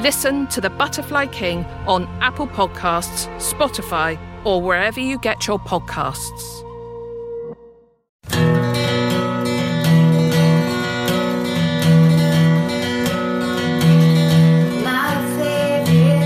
Listen to The Butterfly King on Apple Podcasts, Spotify, or wherever you get your podcasts. My favorite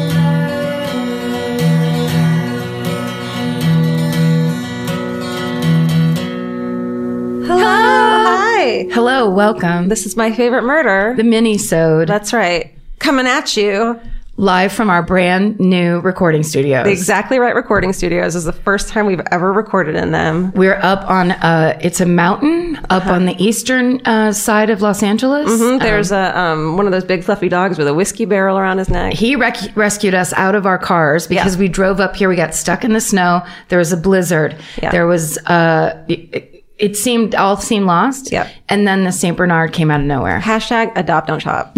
Hello. Hi. Hello, welcome. This is my favorite murder. the mini sewed That's right. Coming at you. live from our brand new recording studio. The Exactly Right Recording Studios is the first time we've ever recorded in them. We're up on uh it's a mountain up Uh-huh. on the eastern uh, side of Los Angeles. There's a um, one of those big fluffy dogs with a whiskey barrel around his neck. He rec- rescued us out of our cars because we drove up here. We got stuck in the snow. There was a blizzard. Yeah. There was uh it, it seemed all seemed lost. Yep. And then the Saint Bernard came out of nowhere. Hashtag adopt don't shop.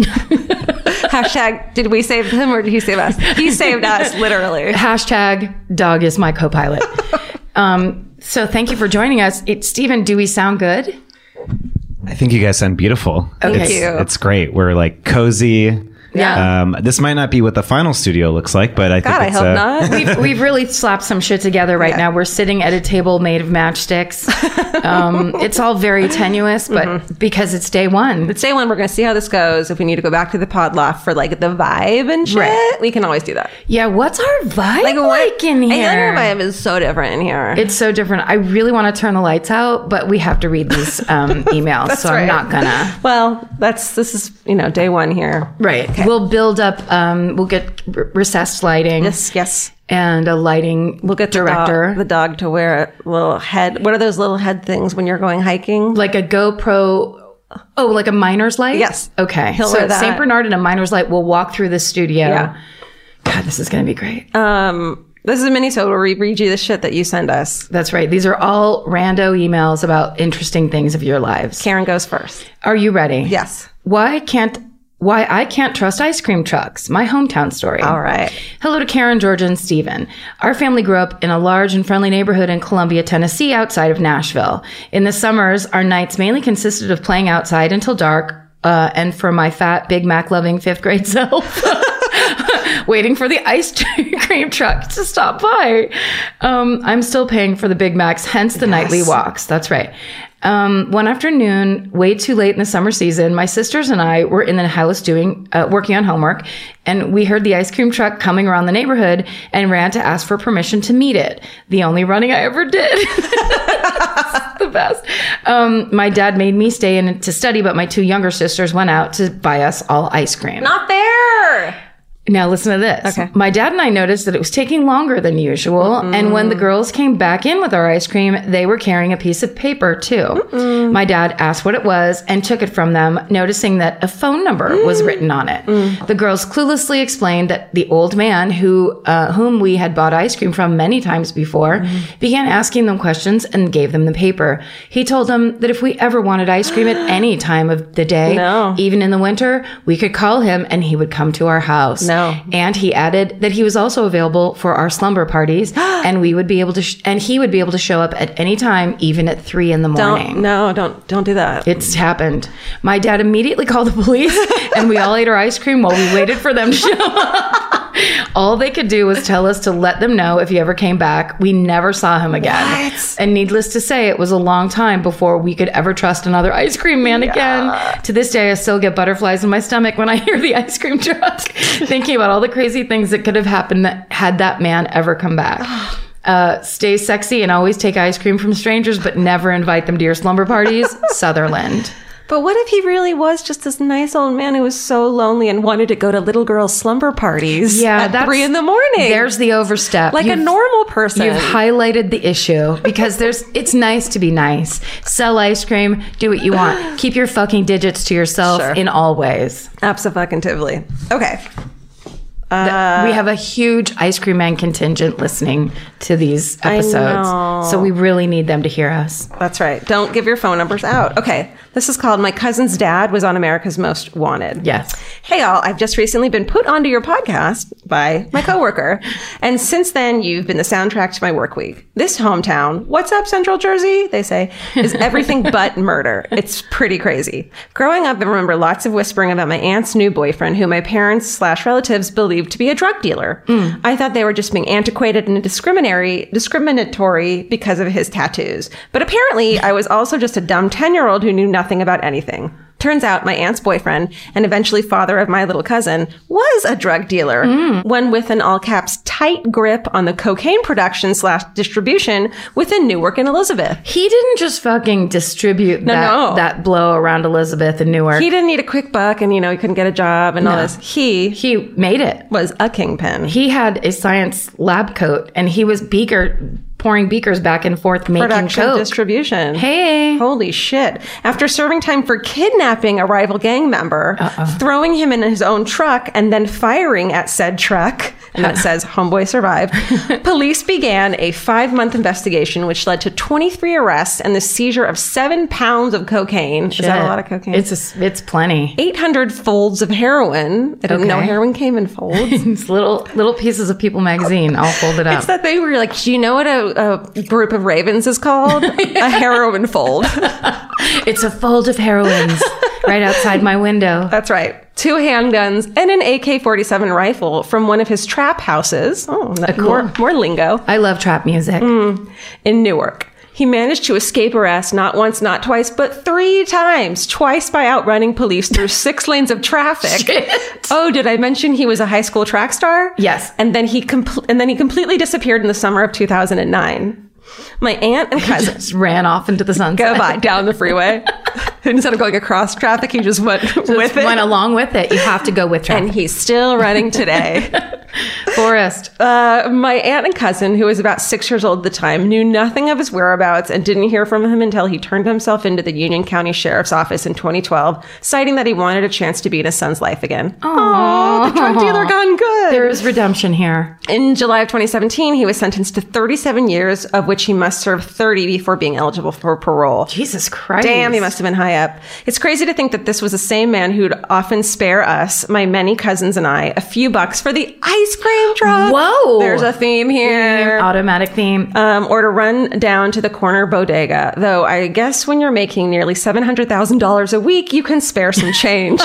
Hashtag did we save him or did he save us? He saved us literally. Hashtag dog is my co-pilot. um, so thank you for joining us. It's Stephen. Do we sound good? I think you guys sound beautiful. it's, you. It's great. We're like cozy. Yeah. Um, this might not be what the final studio looks like, but I God, think I it's hope uh, not. we've, we've really slapped some shit together right now. We're sitting at a table made of matchsticks. Um, it's all very tenuous, but Mm-hmm. because it's day one, It's day one. We're going to see how this goes. If we need to go back to the pod loft for like the vibe and shit, Right. we can always do that. yeah. What's our vibe like, what- in I feel like here? our vibe is so different in here. it's so different. I really want to turn the lights out, but we have to read these um, emails, so right. I'm not gonna. Well, that's this is you know day one here. Right. We'll build up. Um, we'll get r- recessed lighting Yes, yes. and a lighting. We'll get the director, dog- the dog to wear a little head. What are those little head things when you're going hiking? like a GoPro. Oh, like a miner's light? Yes. Okay. He'll wear so that. St. Bernard and a miner's light will walk through the studio. Yeah. God, this is going to be great. Um, this is a mini where we read you the shit that you send us. That's right. These are all rando emails about interesting things of your lives. Karen goes first. Are you ready? Yes. Why can't why I can't trust ice cream trucks? My hometown story. All right. Hello to Karen, Georgia, and Stephen. Our family grew up in a large and friendly neighborhood in Columbia, Tennessee, outside of Nashville. In the summers, our nights mainly consisted of playing outside until dark, uh, and for my fat Big Mac loving fifth grade self. Waiting for the ice cream truck to stop by. Um, I'm still paying for the Big Macs, hence the nightly walks. That's right. Um, one afternoon, way too late in the summer season, my sisters and I were in the house doing, uh, working on homework, and we heard the ice cream truck coming around the neighborhood and ran to ask for permission to meet it. The only running I ever did. the best. Um, my dad made me stay in to study, but my two younger sisters went out to buy us all ice cream. Not fair. Now listen to this. Okay. My dad and I noticed that it was taking longer than usual, and when the girls came back in with our ice cream, they were carrying a piece of paper too. My dad asked what it was and took it from them, noticing that a phone number was written on it. The girls cluelessly explained that the old man who uh, whom we had bought ice cream from many times before began asking them questions and gave them the paper. He told them that if we ever wanted ice cream at any time of the day, No. even in the winter, we could call him and he would come to our house. No. And he added that he was also available for our slumber parties and we would be able to, sh- and he would be able to show up at any time, even at three in the morning. Don't no, don't don't do that. It's happened. My dad immediately called the police and we all ate our ice cream while we waited for them to show up. All they could do was tell us to let them know if he ever came back. We never saw him again. And needless to say, it was a long time before we could ever trust another ice cream man again. To this day, I still get butterflies in my stomach when I hear the ice cream truck, thinking about all the crazy things that could have happened that, had that man ever come back. Uh, stay sexy and always take ice cream from strangers, but never invite them to your slumber parties. Sutherland. But what if he really was just this nice old man who was so lonely and wanted to go to little girls' slumber parties? Yeah, at that's- three in the morning. There's the overstep. like a You've- normal person. You've highlighted the issue because there's it's nice to be nice. Sell ice cream, do what you want. Keep your fucking digits to yourself Sure. in all ways. Absolutely. Okay. The- Uh, we have a huge ice cream man contingent listening to these episodes. know. So we really need them to hear us. That's right. Don't give your phone numbers out. Okay. This is called My Cousin's Dad Was on America's Most Wanted. Yes. Hey, all. I've just recently been put onto your podcast by my coworker. and since then, you've been the soundtrack to my work week. This hometown, what's up, Central Jersey? They say, is everything but murder. It's pretty crazy. Growing up, I remember lots of whispering about my aunt's new boyfriend, who my parents slash relatives believed to be a drug dealer. I thought they were just being antiquated and discriminatory, discriminatory because of his tattoos. But apparently, I was also just a dumb 10 year old who knew nothing about anything. Turns out my aunt's boyfriend and eventually father of my little cousin was a drug dealer, one with an all caps tight grip on the cocaine production slash distribution within Newark and Elizabeth. He didn't just fucking distribute that, no. that blow around Elizabeth and Newark. He He, didn't need a quick buck and, you know, he couldn't get a job and all this. He made it. was a kingpin. He had a science lab coat and he was beaker pouring beakers back and forth making production coke. distribution. Hey. Holy shit. After serving time for kidnapping a rival gang member, throwing him in his own truck, and then firing at said truck, and that says Homeboy survived, police began a five month investigation, which led to 23 arrests and the seizure of seven pounds of cocaine. Is that a lot of cocaine? It's a s it's plenty. 800 folds of heroin. I didn't know Okay. heroin came in folds. It's little little pieces of People magazine all folded up. It's that thing where you're like, do you know what a, a group of ravens is called? a heroin fold. It's a fold of heroines right outside my window. That's right. Two handguns and an AK 47 rifle from one of his trap houses. Oh, that- more, more lingo. I love trap music. Mm. In Newark. He managed to escape arrest not once, not twice, but three times. Twice by outrunning police through six lanes of traffic. Oh, did I mention he was a high school track star? Yes. And then he compl- and then he completely disappeared in the summer of 2009. My aunt and cousin Just ran off into the sunset. go by down the freeway. Instead of going across traffic, he just went with it. Went along with it. You have to go with and trap. he's still running today. Forest. Uh, my aunt and cousin, who was about six years old at the time, knew nothing of his whereabouts and didn't hear from him until he turned himself into the Union County Sheriff's Office in 2012, citing that he wanted a chance to be in his son's life again. Oh, the drug dealer gone good. there is redemption here. in July of 2017, he was sentenced to 37 years, of which he must serve 30 before being eligible for parole. Jesus Christ. Damn, he must have been high up. It's crazy to think that this was the same man who'd often spare us, my many cousins and I, a few bucks for the ice cream truck. Whoa. There's a theme here. Automatic theme. Um, or to run down to the corner bodega. Though I guess when you're making nearly $700,000 a week, you can spare some change.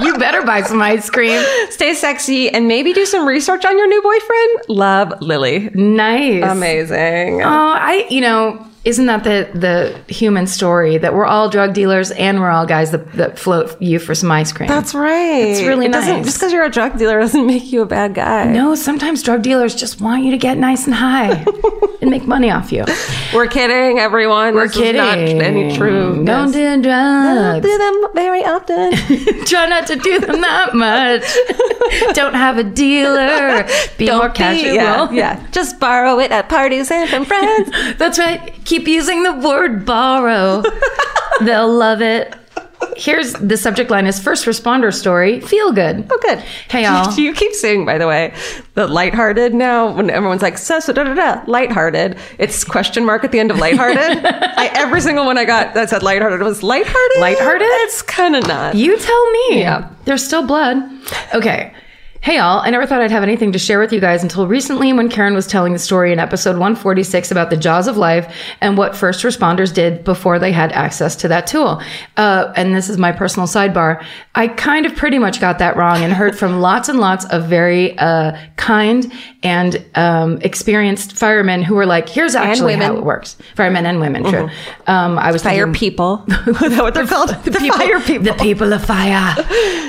you better buy some ice cream. Stay sexy and maybe do some research on your new boyfriend. Love, Lily. Nice. Amazing. Oh, I, you know, isn't that the the human story that we're all drug dealers and we're all guys that, that float you for some ice cream? That's right. It's really nice. Just because you're a drug dealer doesn't make you a bad guy. no, sometimes drug dealers just want you to get nice and high and make money off you. We're kidding, everyone. We're Kidding. not any true. Don't do Don't drugs. do them very often. Try not to do them that much. Don't have a dealer. Be more casual. Yeah, yeah. Just borrow it at parties and from friends. That's right. Keep using the word borrow. They'll love it. Here's the subject line is first responder story. Feel good. Oh, good. Hey, y'all. Do you keep saying, by the way, the lighthearted now when everyone's like, so, so, da, da, da, lighthearted? It's question mark at the end of lighthearted. I, every single one I got that said lighthearted was lighthearted. Lighthearted? It's kind of not. You tell me. Yeah. There's still blood. Okay. Hey, all. I never thought I'd have anything to share with you guys until recently when Karen was telling the story in episode 146 about the jaws of life and what first responders did before they had access to that tool. Uh, and this is my personal sidebar. I kind of pretty much got that wrong and heard from lots and lots of very uh, kind and um, experienced firemen who were like, here's actually women. Mm-hmm. how it works. Firemen and women, true. Um, I was Fire thinking- people. Is that what they're called? The, fire people. the people of fire.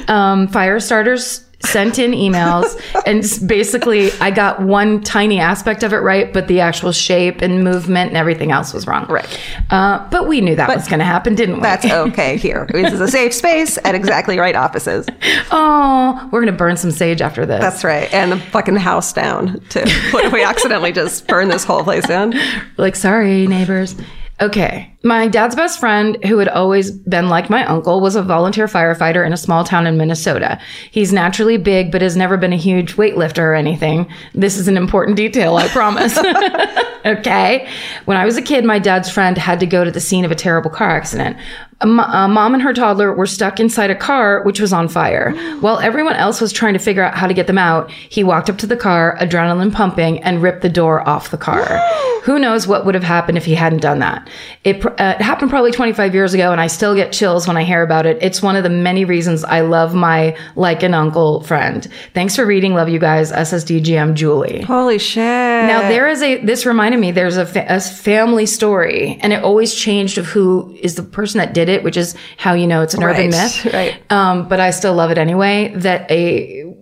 Um, fire starters sent in emails, and s- basically, I got one tiny aspect of it right, but the actual shape and movement and everything else was wrong. Right. Uh, but we knew that was going to happen, didn't we? That's okay here. This is a safe space at exactly right offices. oh, we're going to burn some sage after this. That's right. And the fucking house down too. What if we accidentally just burn this whole place down? like, sorry, neighbors. Okay. My dad's best friend, who had always been like my uncle, was a volunteer firefighter in a small town in Minnesota. He's naturally big, but has never been a huge weightlifter or anything. This is an important detail, I promise. okay. When I was a kid, my dad's friend had to go to the scene of a terrible car accident. A mo- a mom and her toddler were stuck inside a car which was on fire. While everyone else was trying to figure out how to get them out, he walked up to the car, adrenaline pumping, and ripped the door off the car. Who knows what would have happened if he hadn't done that? It, pr- uh, it happened probably 25 years ago, and I still get chills when I hear about it. It's one of the many reasons I love my like an uncle friend. Thanks for reading. Love you guys. SSDGM Julie. Holy shit. Now there is a. This reminded me. There's a, fa- a family story, and it always changed of who is the person that did it, which is how you know it's an urban Right, myth. right. Um, but I still love it anyway. That a,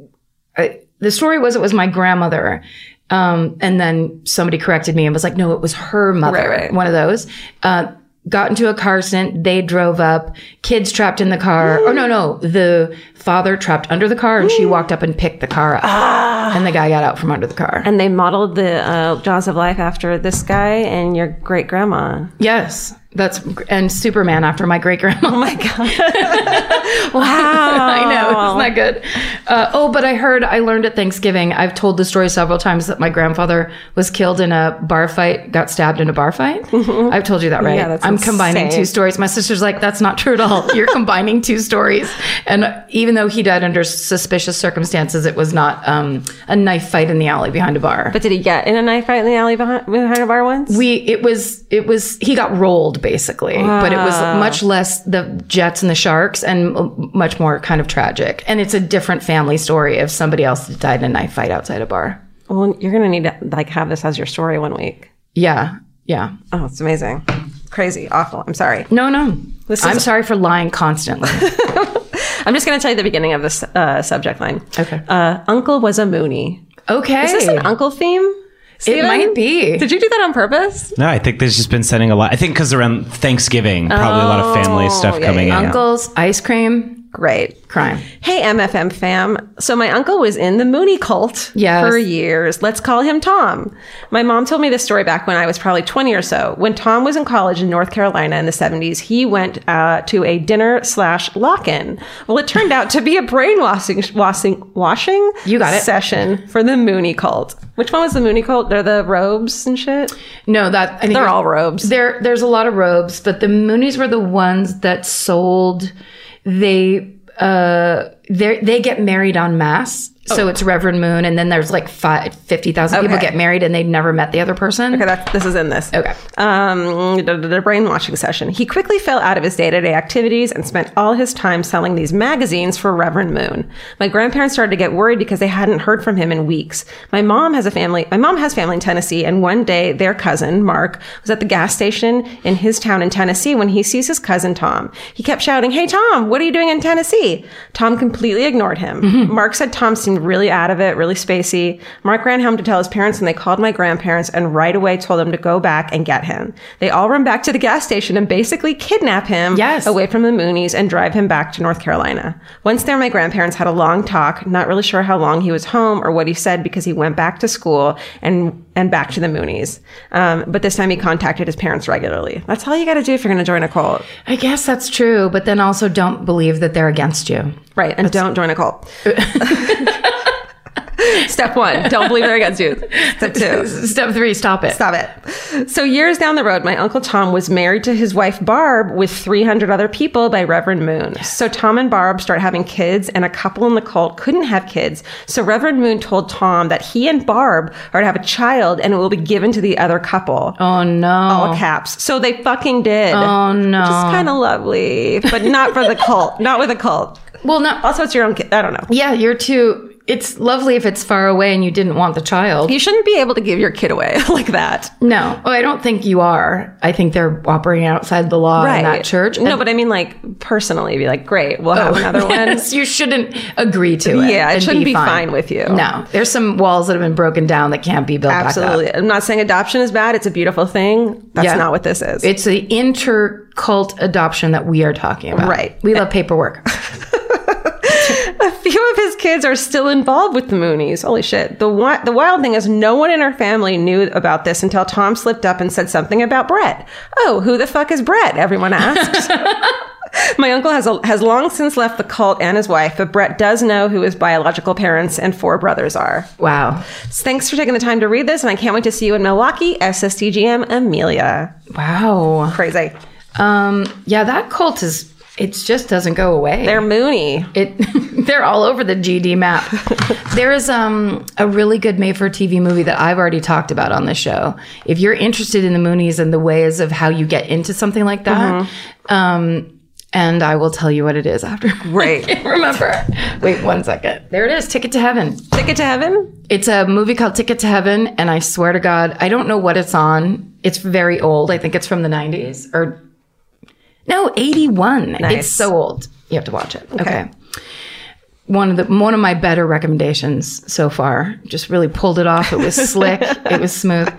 I- the story was it was my grandmother. Um, and then somebody corrected me and was like, no, it was her mother. Right, right. One of those. Uh, got into a car accident. They drove up. Kids trapped in the car. Oh no, no, the father trapped under the car, and she walked up and picked the car up. Ah. And the guy got out from under the car. And they modeled the uh, Jaws of Life after this guy and your great grandma. Yes, that's and Superman after my great grandma. Oh my god! Wow. I know, isn't that good? Uh, oh, but I heard, I learned at Thanksgiving. I've told the story several times that my grandfather was killed in a bar fight, got stabbed in a bar fight. I've told you that, right? Mm-hmm. Yeah, that's I'm combining insane. two stories. My sister's like, that's not true at all. You're combining two stories, and even though he died under suspicious circumstances, it was not um, a knife fight in the alley behind a bar. But did he get in a knife fight in the alley behind, behind a bar once? we it was it was he got rolled basically but it was much less the jets and the sharks and m- much more kind of tragic and it's a different family story of somebody else that died in a knife fight outside a bar well, you're gonna need to like have this as your story one week. yeah yeah Oh, it's amazing, crazy, awful. I'm sorry. no no This i'm is- sorry for lying constantly I'm just gonna tell you the beginning of this uh, subject line. Okay. Uh, uncle was a Mooney. okay Is this an uncle theme? it Steven? might be Did you do that on purpose? No, I think there's just been sending a lot. I think because around Thanksgiving, probably a lot of family stuff Oh, yeah, coming yeah, in. uncles ice cream Great. crime Hey, MFM fam. So my uncle was in the Mooney cult Yes. for years. Let's call him Tom. My mom told me this story back when I was probably 20 or so. When Tom was in college in North Carolina in the 70s, he went uh, to a dinner slash lock-in. Well, it turned out to be a brainwashing washing, washing You got it. session for the Mooney cult. Which one was the Mooney cult? They're the robes and shit. no that I think They're it- all robes. There, there's a lot of robes, but the Moonies were the ones that sold. They, uh, they they get married en masse. So it's Reverend Moon, and then there's like fi- 50,000 people Okay. get married, and they've never met the other person. Okay, that's, this is in this. Okay. Um, the, the- the brainwashing session. He quickly fell out of his day to day activities and spent all his time selling these magazines for Reverend Moon. My grandparents started to get worried because they hadn't heard from him in weeks. My mom has a family. My mom has family in Tennessee, and one day their cousin Mark was at the gas station in his town in Tennessee when he sees his cousin Tom. He kept shouting, "Hey Tom, what are you doing in Tennessee?" Tom completely ignored him. Mark said Tom seemed really out of it, really spacey. Mark ran home to tell his parents, and they called my grandparents and right away told them to go back and get him. They all run back to the gas station and basically kidnap him Yes. away from the Moonies and drive him back to North Carolina. Once there, my grandparents had a long talk, not really sure how long he was home or what he said because he went back to school and and back to the Moonies. Um, but this time he contacted his parents regularly. That's all you got to do if you're going to join a cult. I guess that's true, but then also don't believe that they're against you. Right, and don't join a cult. Step one, don't believe they're against you. Step two, Step three, stop it. stop it. So, years down the road, my Uncle Tom was married to his wife Barb with 300 other people by Reverend Moon. So, Tom and Barb start having kids, and a couple in the cult couldn't have kids. So, Reverend Moon told Tom that he and Barb are to have a child and it will be given to the other couple. Oh no. All caps. So they fucking did. Oh, no. Which is kind of lovely, but not for the cult. Not with a cult. Well, no. Also, it's your own kid. I don't know. Yeah, you're too. It's lovely if it's far away and you didn't want the child. You shouldn't be able to give your kid away like that. No, oh, I don't think you are. I think they're operating outside the law in that church. No, And- but I mean, like, personally, be like, great, we'll have another one. Yes, you shouldn't agree to it. Yeah, it and shouldn't be fine with you. No, there's some walls that have been broken down that can't be built back up. Absolutely. I'm not saying adoption is bad. It's a beautiful thing. That's Yeah. not what this is. It's the inter cult adoption that we are talking about. Right. We love paperwork. a few of his kids are still involved with the Moonies. Holy shit. The, wi- the wild thing is, no one in our family knew about this until Tom slipped up and said something about Brett. Oh, who the fuck is Brett? Everyone asked. My uncle has, a, has long since left the cult and his wife, but Brett does know who his biological parents and four brothers are. Wow. Thanks for taking the time to read this, and I can't wait to see you in Milwaukee, SSTGM Amelia. Wow. Crazy. Um, yeah, that cult is it just doesn't go away. They're Mooney. it they're all over the GD map. there is um a really good made for TV movie that I've already talked about on the show. If you're interested in the Moonies and the ways of how you get into something like that, um and I will tell you what it is after. Great. I can't remember. Wait one second. There it is. Ticket to Heaven. Ticket to Heaven? It's a movie called Ticket to Heaven, and I swear to God, I don't know what it's on. It's very old. I think it's from the 90s or no, 81. It's so old. You have to watch it. Okay. One of the one of my better recommendations so far. Just really pulled it off. It was slick. it was smooth.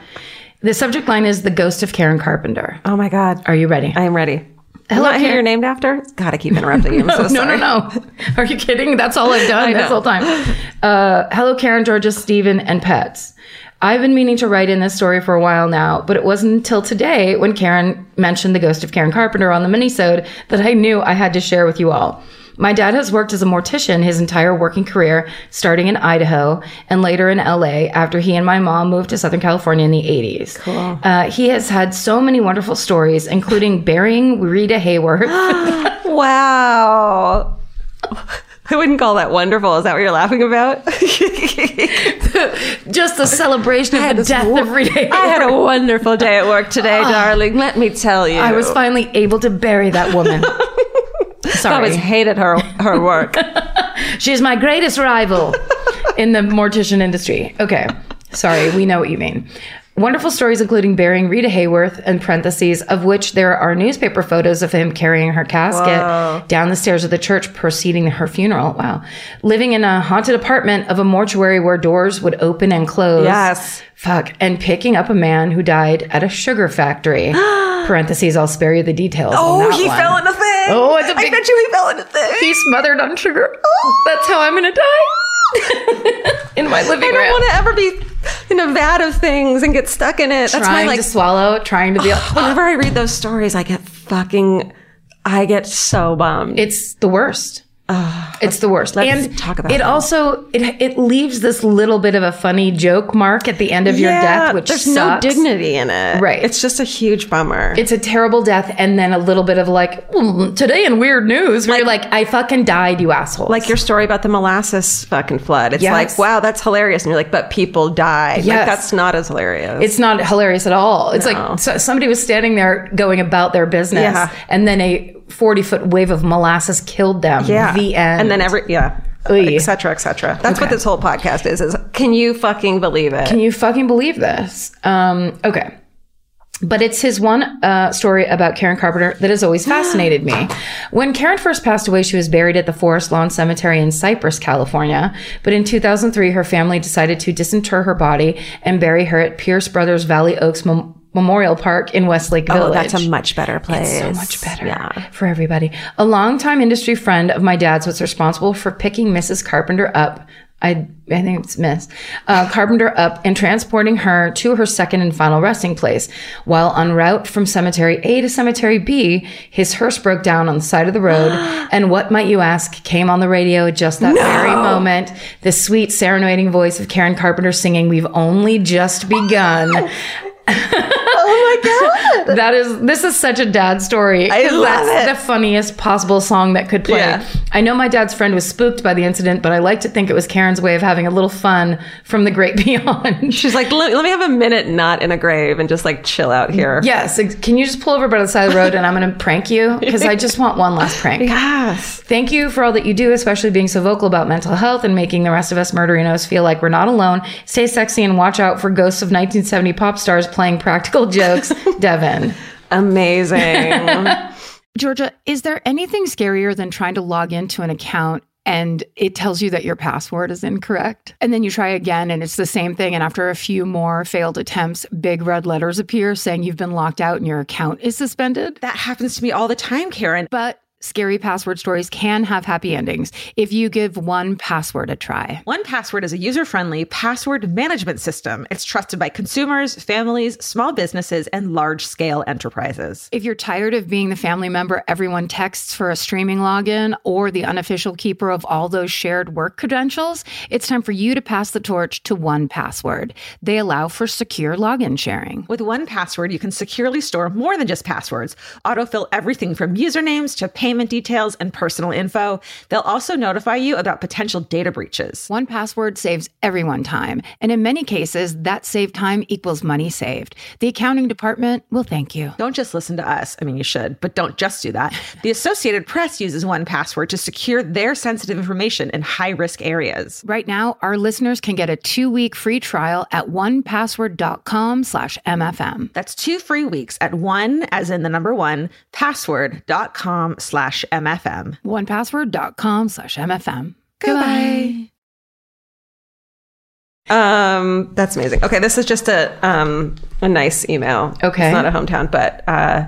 The subject line is the ghost of Karen Carpenter. Oh my God. Are you ready? I am ready. Hello, Hello, not who Karen. you're named after? God, I keep interrupting you. I'm so no, sorry. no, no. Are you kidding? That's all I've done this whole time. Uh, hello, Karen, Georgia, Steven, and pets. I've been meaning to write in this story for a while now, but it wasn't until today when Karen mentioned the ghost of Karen Carpenter on the minisode that I knew I had to share with you all. My dad has worked as a mortician his entire working career, starting in Idaho and later in LA after he and my mom moved to Southern California in the 80s. Cool. Uh, he has had so many wonderful stories, including burying Rita Hayworth. Wow. I wouldn't call that wonderful. Is that what you're laughing about? just the celebration of the death of Rita Hayworth. I had a wonderful day at work today, darling. Let me tell you. I was finally able to bury that woman. I always Sorry. hated her her work. She's my greatest rival in the mortician industry. Okay. Sorry, we know what you mean. Wonderful stories, including burying Rita Hayworth, in parentheses, of which there are newspaper photos of him carrying her casket down the stairs of the church preceding her funeral. Wow. Living in a haunted apartment of a mortuary where doors would open and close. Yes. Fuck. And picking up a man who died at a sugar factory. parentheses, I'll spare you the details. on oh, that he one. fell in a thing. Oh, it's a big- I bet you he fell in a thing. He smothered on sugar. That's how I'm gonna die. in my living I room. don't want to ever be in a vat of things and get stuck in it. That's my trying like. to swallow, trying to be. whenever I read those stories, I get fucking. I get so bummed. it's the worst. it's the worst. let's and talk about it. it. Also, it it leaves this little bit of a funny joke mark at the end of your death, which there's sucks. no dignity in it. Right. It's just a huge bummer. It's a terrible death, and then a little bit of like "Mm, today in weird news, where you're like, I fucking died, you asshole. like your story about the molasses fucking flood. It's Yes. like, wow, that's hilarious. And you're like, but people died. Like, Yes. that's not as hilarious. it's not hilarious at all. It's like so, somebody was standing there going about their business, Yeah. and then a forty foot wave of molasses killed them. yeah. the end. And then every, yeah. Oy. Et cetera, et cetera. That's what this whole podcast is, is can you fucking believe it? Can you fucking believe this? Um, okay. But it's his one uh, story about Karen Carpenter that has always fascinated me. When Karen first passed away, she was buried at the Forest Lawn Cemetery in Cypress, California. But in 2003, her family decided to disinter her body and bury her at Pierce Brothers Valley Oaks Mem- Memorial Park in Westlake Village. oh, that's a much better place. So much better Yeah. for everybody. A longtime industry friend of my dad's was responsible for picking Mrs. Carpenter up. I, I think it's Miss uh, Carpenter up and transporting her to her second and final resting place. While en route from Cemetery A to Cemetery B, his hearse broke down on the side of the road. and what might you ask came on the radio at just that very moment? The sweet, serenading voice of Karen Carpenter singing, "We've only just begun." That is this is such a dad story. I love that's it. the funniest possible song that could play. Yeah. I know my dad's friend was spooked by the incident, but I like to think it was Karen's way of having a little fun from the great beyond. She's like, let, let me have a minute not in a grave and just like chill out here. yes, ex- can you just pull over by the side of the road and I'm going to prank you because I just want one last prank. Yes. Thank you for all that you do, especially being so vocal about mental health and making the rest of us murderinos feel like we're not alone. Stay sexy and watch out for ghosts of 1970 pop stars playing practical jokes. Devin. Amazing. Georgia, is there anything scarier than trying to log into an account and it tells you that your password is incorrect? And then you try again and it's the same thing. And after a few more failed attempts, big red letters appear saying you've been locked out and your account is suspended. That happens to me all the time, Karen. But scary password stories can have happy endings if you give one password a try. One Password is a user friendly password management system. It's trusted by consumers, families, small businesses, and large scale enterprises. If you're tired of being the family member everyone texts for a streaming login or the unofficial keeper of all those shared work credentials, it's time for you to pass the torch to 1Password. They allow for secure login sharing. With one password, you can securely store more than just passwords, autofill everything from usernames to payment details and personal info. They'll also notify you about potential data breaches. 1Password saves everyone time, and in many cases, that saved time equals money saved. The accounting department will thank you. Don't just listen to us. I mean, you should, but don't just do that. The Associated Press uses one password to secure their sensitive information in high risk areas. Right now, our listeners can get a two-week free trial at onepassword.com slash MFM. That's two free weeks at one, as in the number one, password.com slash MFM. onepassword.com slash MFM. Goodbye. Um, that's amazing. Okay, this is just a um a nice email. Okay. it's not a hometown, but uh,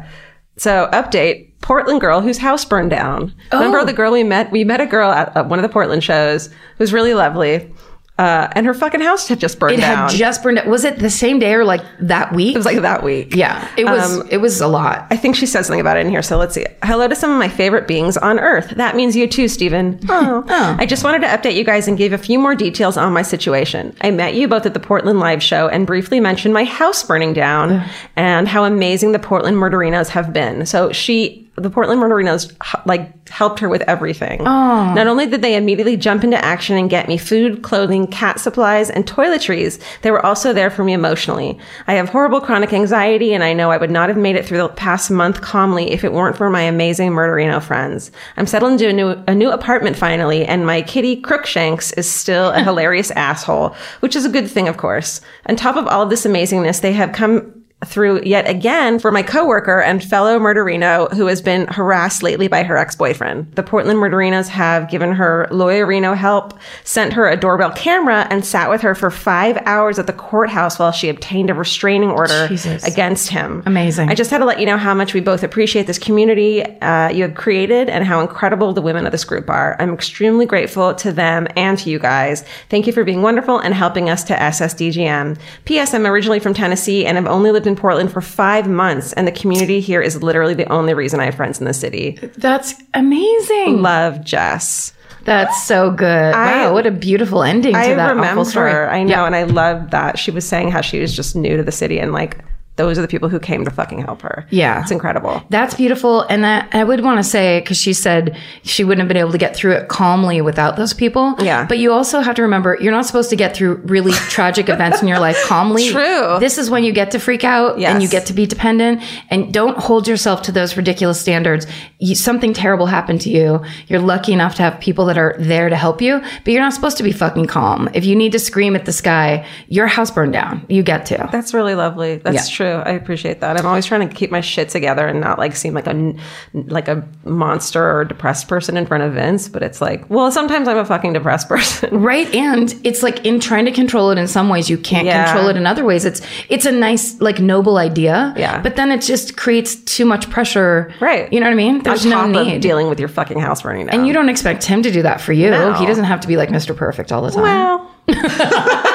so update. Portland girl whose house burned down. Remember Oh. the girl we met? We met a girl at uh, one of the Portland shows who's really lovely, uh, and her fucking house had just burned It down. had just burned. Was it the same day or like um, that week? it was like that week. yeah, it was. it was a lot. I think she says something about it in here, so let's see. Hello to some of my favorite beings on Earth. That means you too, Stephen. Oh. I just wanted to update you guys and give a few more details on my situation. I met you both at the Portland live show and briefly mentioned my house burning down and how amazing the Portland murderinos have been. So she the Portland Murderinos h- like helped her with everything. Not only did they immediately jump into action and get me food, clothing, cat supplies, and toiletries, they were also there for me emotionally. I have horrible chronic anxiety, and I know I would not have made it through the past month calmly if it weren't for my amazing Murderino friends. I'm settled into a new a new apartment finally, and my kitty Crookshanks is still a hilarious asshole, which is a good thing, of course. On top of all of this amazingness, they have come through yet again for my coworker and fellow murderino who has been harassed lately by her ex-boyfriend. The Portland murderinos have given her lawyerino help, sent her a doorbell camera, and sat with her for five hours at the courthouse while she obtained a restraining order Jesus. against him. Amazing. I just had to let you know how much we both appreciate this community uh, you have created and how incredible the women of this group are. I'm extremely grateful to them and to you guys. Thank you for being wonderful and helping us to SSDGM. P.S. I'm originally from Tennessee and I've only lived in Portland for five months, and the community here is literally the only reason I have friends in the city. That's amazing. Love Jess. That's so good. wow, what a beautiful ending to I that remember. awful story. I know, and I love that she was saying how she was just new to the city and like. Those are the people who came to fucking help her. Yeah. It's incredible. That's beautiful. And that I would want to say, because she said she wouldn't have been able to get through it calmly without those people. Yeah. But you also have to remember, you're not supposed to get through really tragic events in your life calmly. True. This is when you get to freak out Yes. and you get to be dependent and don't hold yourself to those ridiculous standards. You, something terrible happened to you. You're lucky enough to have people that are there to help you, but you're not supposed to be fucking calm. If you need to scream at the sky, your house burned down. You get to. That's really lovely. That's Yeah. true. I appreciate that. I'm always trying to keep my shit together and not like seem like a n- like a monster or depressed person in front of Vince. But it's like, well, sometimes I'm a fucking depressed person. Right. And it's like in trying to control it in some ways, you can't Yeah. control it in other ways. It's, it's a nice, like noble idea. Yeah. But then it just creates too much pressure. Right. You know what I mean? There's On no top need. of dealing with your fucking house burning down. and you don't expect him to do that for you. No. He doesn't have to be like Mr. Perfect all the time. Well,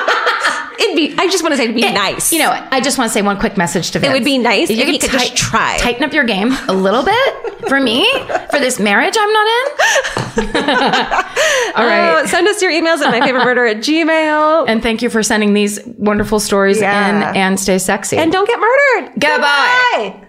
it'd be. I just want to say it'd be nice. You know, I just want to say one quick message to Vince. would be nice if he can could just ti- try. Tighten up your game a little bit for me, for this marriage I'm not in. all right. Oh, send us your emails at my favorite murder at Gmail. and thank you for sending these wonderful stories Yeah. in and stay sexy. and don't get murdered. Goodbye. Goodbye.